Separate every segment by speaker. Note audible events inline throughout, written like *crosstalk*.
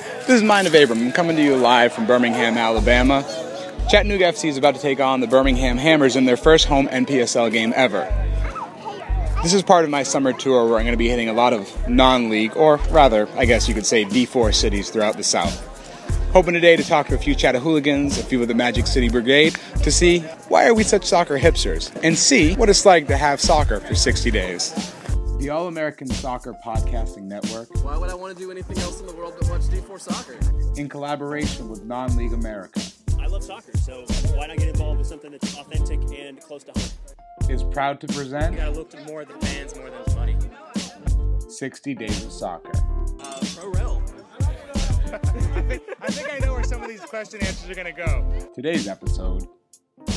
Speaker 1: This is Mind of Abram. I'm coming to you live from Birmingham, Alabama. Chattanooga FC is about to take on the Birmingham Hammers in their first home NPSL game ever. This is part of my summer tour where I'm going to be hitting a lot of non league, or rather, I guess you could say, D4 cities throughout the South. Hoping today to talk to a few Chattahooligans, a few of the Magic City Brigade, to see why are we such soccer hipsters, and see what it's like to have soccer for 60 days. The All American Soccer Podcasting Network
Speaker 2: Why would I want to do anything else in the world but watch D4 soccer?
Speaker 1: in collaboration with Non League America,
Speaker 3: I love soccer, so why not get involved with something that's authentic and close to home?
Speaker 1: is proud to present
Speaker 2: gotta look more at the fans more than the money.
Speaker 1: 60 Days of Soccer.
Speaker 2: Uh, Pro Rel.
Speaker 4: I think I know where some of these question answers are going to go.
Speaker 1: Today's episode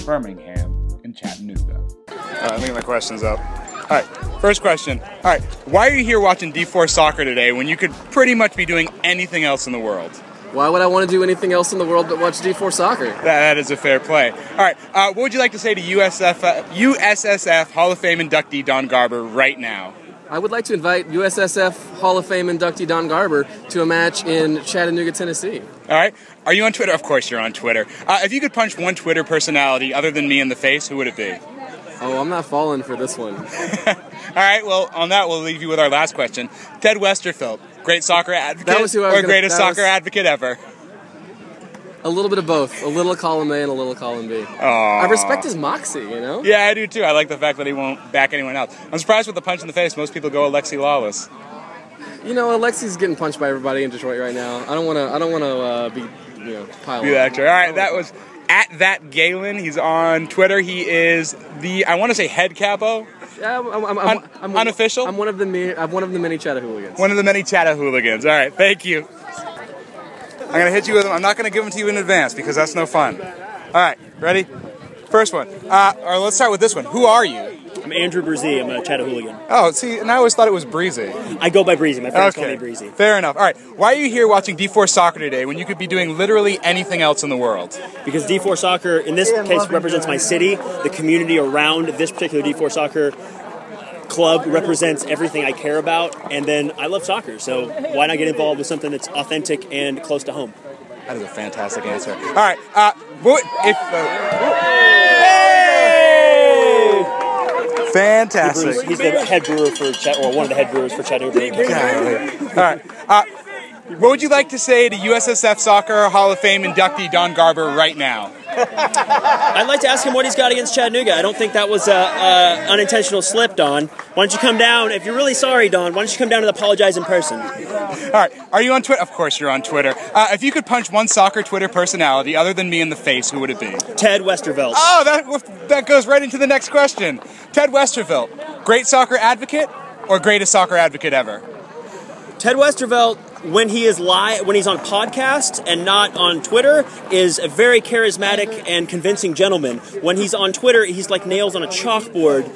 Speaker 1: Birmingham and Chattanooga. I think my question's up. All right, first question. All right, why are you here watching D4 soccer today when you could pretty much be doing anything else in the world?
Speaker 2: Why would I want to do anything else in the world but watch D4 soccer?
Speaker 1: That is a fair play. All right, uh, what would you like to say to USF, uh, USSF Hall of Fame inductee Don Garber right now?
Speaker 2: I would like to invite USSF Hall of Fame inductee Don Garber to a match in Chattanooga, Tennessee.
Speaker 1: All right, are you on Twitter? Of course you're on Twitter. Uh, if you could punch one Twitter personality other than me in the face, who would it be?
Speaker 2: Oh, I'm not falling for this one.
Speaker 1: All right, well, on that, we'll leave you with our last question. Ted Westerfeld, great soccer advocate
Speaker 2: That was who I was
Speaker 1: or
Speaker 2: gonna-
Speaker 1: greatest
Speaker 2: that
Speaker 1: soccer
Speaker 2: was-
Speaker 1: advocate ever?
Speaker 2: A little bit of both. A little column A and a little column B. I respect his moxie, you know?
Speaker 1: Yeah, I do too. I like the fact that he won't back anyone else. I'm surprised with the punch in the face. Most people go Alexi Lawless.
Speaker 2: You know, Alexi's getting punched by everybody in Detroit right now. I don't want to. I don't want to uh, be, you know, pile
Speaker 1: Be the actor. All right, that was at that Galen. He's on Twitter. He is the I want to say head capo,
Speaker 2: Yeah, I'm, I'm, I'm,
Speaker 1: Un-
Speaker 2: I'm-
Speaker 1: unofficial?
Speaker 2: I'm one of the. Me- I'm one of the many Chattahooligans.
Speaker 1: one of the many Chattahooligans. All right, thank you. I'm gonna hit you with them. I'm not gonna give them to you in advance because that's no fun. All right, ready? First one. Uh, all right, let's start with this one. Who are you?
Speaker 3: I'm Andrew Brzee. I'm a Chattahooligan.
Speaker 1: Oh, see, and I always thought it was Breezy.
Speaker 3: I go by Breezy. My friends call me Breezy.
Speaker 1: Fair enough. All right. Why are you here watching D4 soccer today when you could be doing literally anything else in the world?
Speaker 3: Because D4 soccer, in this case, represents my city, the community around this particular D4 soccer club represents everything I care about, and then I love soccer, so why not get involved with something that's authentic and close to home?
Speaker 1: That is a fantastic answer. All right. Uh, what if? Uh, hey! Fantastic.
Speaker 3: He's the head brewer for Chat, or one of the head brewers for Chattanooga.
Speaker 1: Golly. All right. Uh, what would you like to say to USSF Soccer Hall of Fame inductee Don Garber right now?
Speaker 3: I'd like to ask him what he's got against Chattanooga. I don't think that was a, a unintentional slip, Don. Why don't you come down? If you're really sorry, Don, why don't you come down and apologize in person?
Speaker 1: All right. Are you on Twitter? Of course you're on Twitter. Uh, if you could punch one soccer Twitter personality other than me in the face, who would it be?
Speaker 3: Ted Westervelt.
Speaker 1: Oh, that that goes right into the next question. Ted Westervelt, great soccer advocate or greatest soccer advocate ever?
Speaker 3: Ted Westervelt, when he is live, when he's on podcast and not on Twitter, is a very charismatic and convincing gentleman. When he's on Twitter, he's like nails on a chalkboard,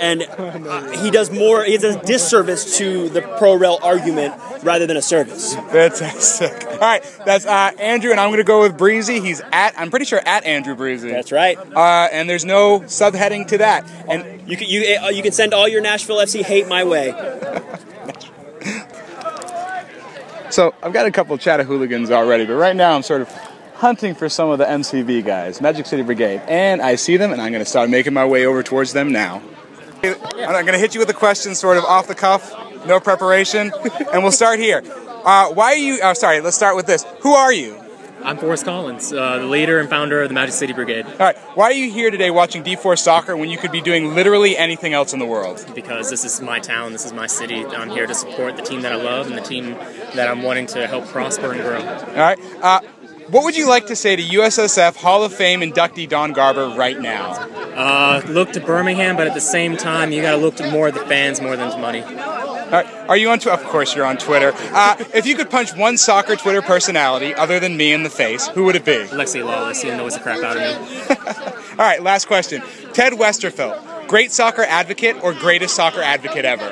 Speaker 3: and uh, he does more. He does a disservice to the pro rel argument rather than a service.
Speaker 1: Fantastic. *laughs* All right, that's uh, Andrew, and I'm going to go with Breezy. He's at I'm pretty sure at Andrew Breezy.
Speaker 3: That's right.
Speaker 1: Uh, and there's no subheading to that. And
Speaker 3: You can you uh, you can send all your Nashville FC hate my way.
Speaker 1: so I've got a couple Chattahooligans already, but right now I'm sort of hunting for some of the MCV guys, Magic City Brigade, and I see them, and I'm going to start making my way over towards them now. I'm going to hit you with a question, sort of off the cuff, no preparation, *laughs* and we'll start here. Uh, why are you? Oh, sorry. Let's start with this. Who are you?
Speaker 5: I'm Forrest Collins, uh, the leader and founder of the Magic City Brigade,
Speaker 1: All right. Why are you here today watching D4 soccer when you could be doing literally anything else in the world?
Speaker 5: because this is my town, this is my city. I'm here to support the team that I love and the team that I'm wanting to help prosper and grow.
Speaker 1: All right. Uh, what would you like to say to USSF Hall of Fame inductee Don Garber right now?
Speaker 5: Uh, look to Birmingham, but at the same time, you got to look to more of the fans more than to money.
Speaker 1: All right. Are you on Twitter? Of course, you're on Twitter. Uh, if you could punch one soccer Twitter personality other than me in the face, who would it be?
Speaker 5: Lexi Lawless, he annoys the crap out of me.
Speaker 1: All right. Last question. Ted Westerfeld, great soccer advocate or greatest soccer advocate ever?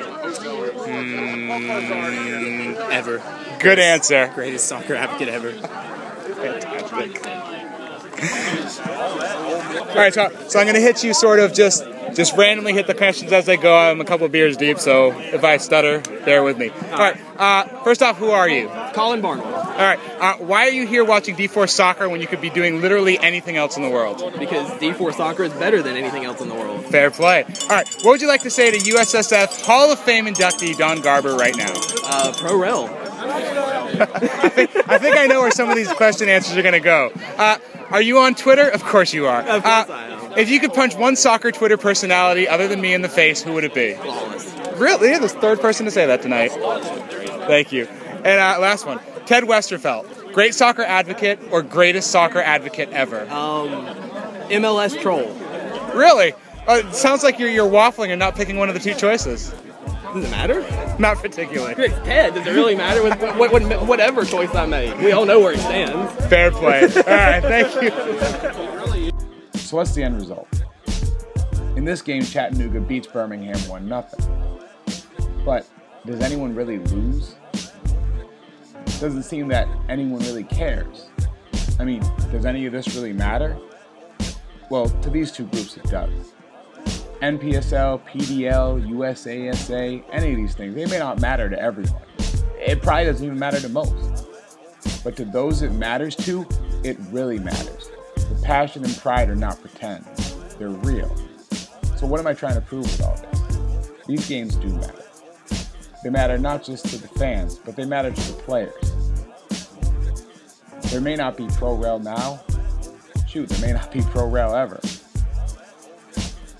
Speaker 5: Ever.
Speaker 1: Good answer.
Speaker 5: Greatest soccer advocate ever.
Speaker 1: All right. So, so I'm going to hit you sort of just just randomly hit the questions as they go. I'm a couple beers deep, so if I stutter, bear with me. All right. Uh, first off, who are you?
Speaker 2: Colin Barnwell.
Speaker 1: All right. Uh, why are you here watching D4 soccer when you could be doing literally anything else in the world?
Speaker 2: because D4 soccer is better than anything else in the world.
Speaker 1: Fair play. All right. What would you like to say to USSF Hall of Fame inductee Don Garber right now?
Speaker 2: Uh, pro rel.
Speaker 1: I think I know where some of these question answers are going to go. Uh, are you on Twitter? Of course you are. Uh,
Speaker 2: Of course I am.
Speaker 1: If you could punch one soccer Twitter personality other than me in the face, who would it be?
Speaker 2: Flawless.
Speaker 1: Really? You're the third person to say that tonight. Thank you. And uh, last one Ted Westerfeld, great soccer advocate or greatest soccer advocate ever?
Speaker 2: MLS troll.
Speaker 1: Really? Uh, it sounds like you're, you're waffling and not picking one of the two choices.
Speaker 2: Does it matter?
Speaker 1: Not particularly.
Speaker 2: It's Ted. Does it really matter with what, what, whatever choice I made? We all know where he stands.
Speaker 1: Fair *laughs* play. All right, thank you. So, what's the end result? In this game, Chattanooga beats Birmingham 1 0. But does anyone really lose? Doesn't seem that anyone really cares. I mean, does any of this really matter? Well, to these two groups, it does. NPSL, PDL, USASA, any of these things, they may not matter to everyone. It probably doesn't even matter to most but to those it matters to, it really matters. The passion and pride are not pretend, they're real. So, what am I trying to prove with all this? These games do matter. They matter not just to the fans, but they matter to the players. There may not be pro rel now. Shoot, there may *laughs* not be pro rel ever.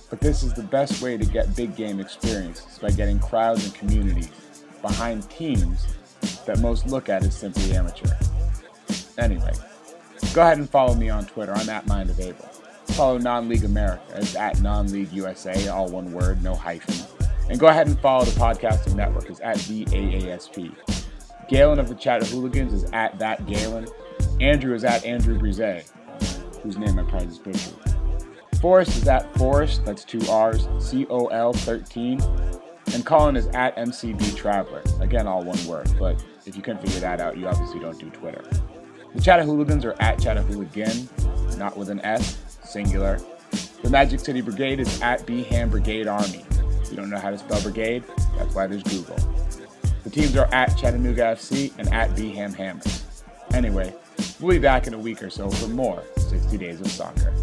Speaker 1: But this is the best way to get big game experiences by getting crowds and communities behind teams that most look at as simply amateur. Anyway, go ahead and follow me on Twitter. I'm at Mind of Able. Follow Non League America. It's at Non League USA, all one word, no hyphen. And go ahead and follow the podcasting network. It's at the AASP. Galen of the Chattahooligans is at that Galen. Andrew is at Andrew Brise, whose name I probably just butchered. Forrest is at Forrest, that's two R's, C O L 13. And Colin is at MCB Traveler. Again, all one word, but if you couldn't figure that out, you obviously don't do Twitter. The Chattahooligans are at Chattahooligan, not with an S, singular. The Magic City Brigade is at Beham Brigade Army. If you don't know how to spell brigade, that's why there's Google. The teams are at Chattanooga FC and at Beham Hammers. Anyway, we'll be back in a week or so for more 60 Days of Soccer.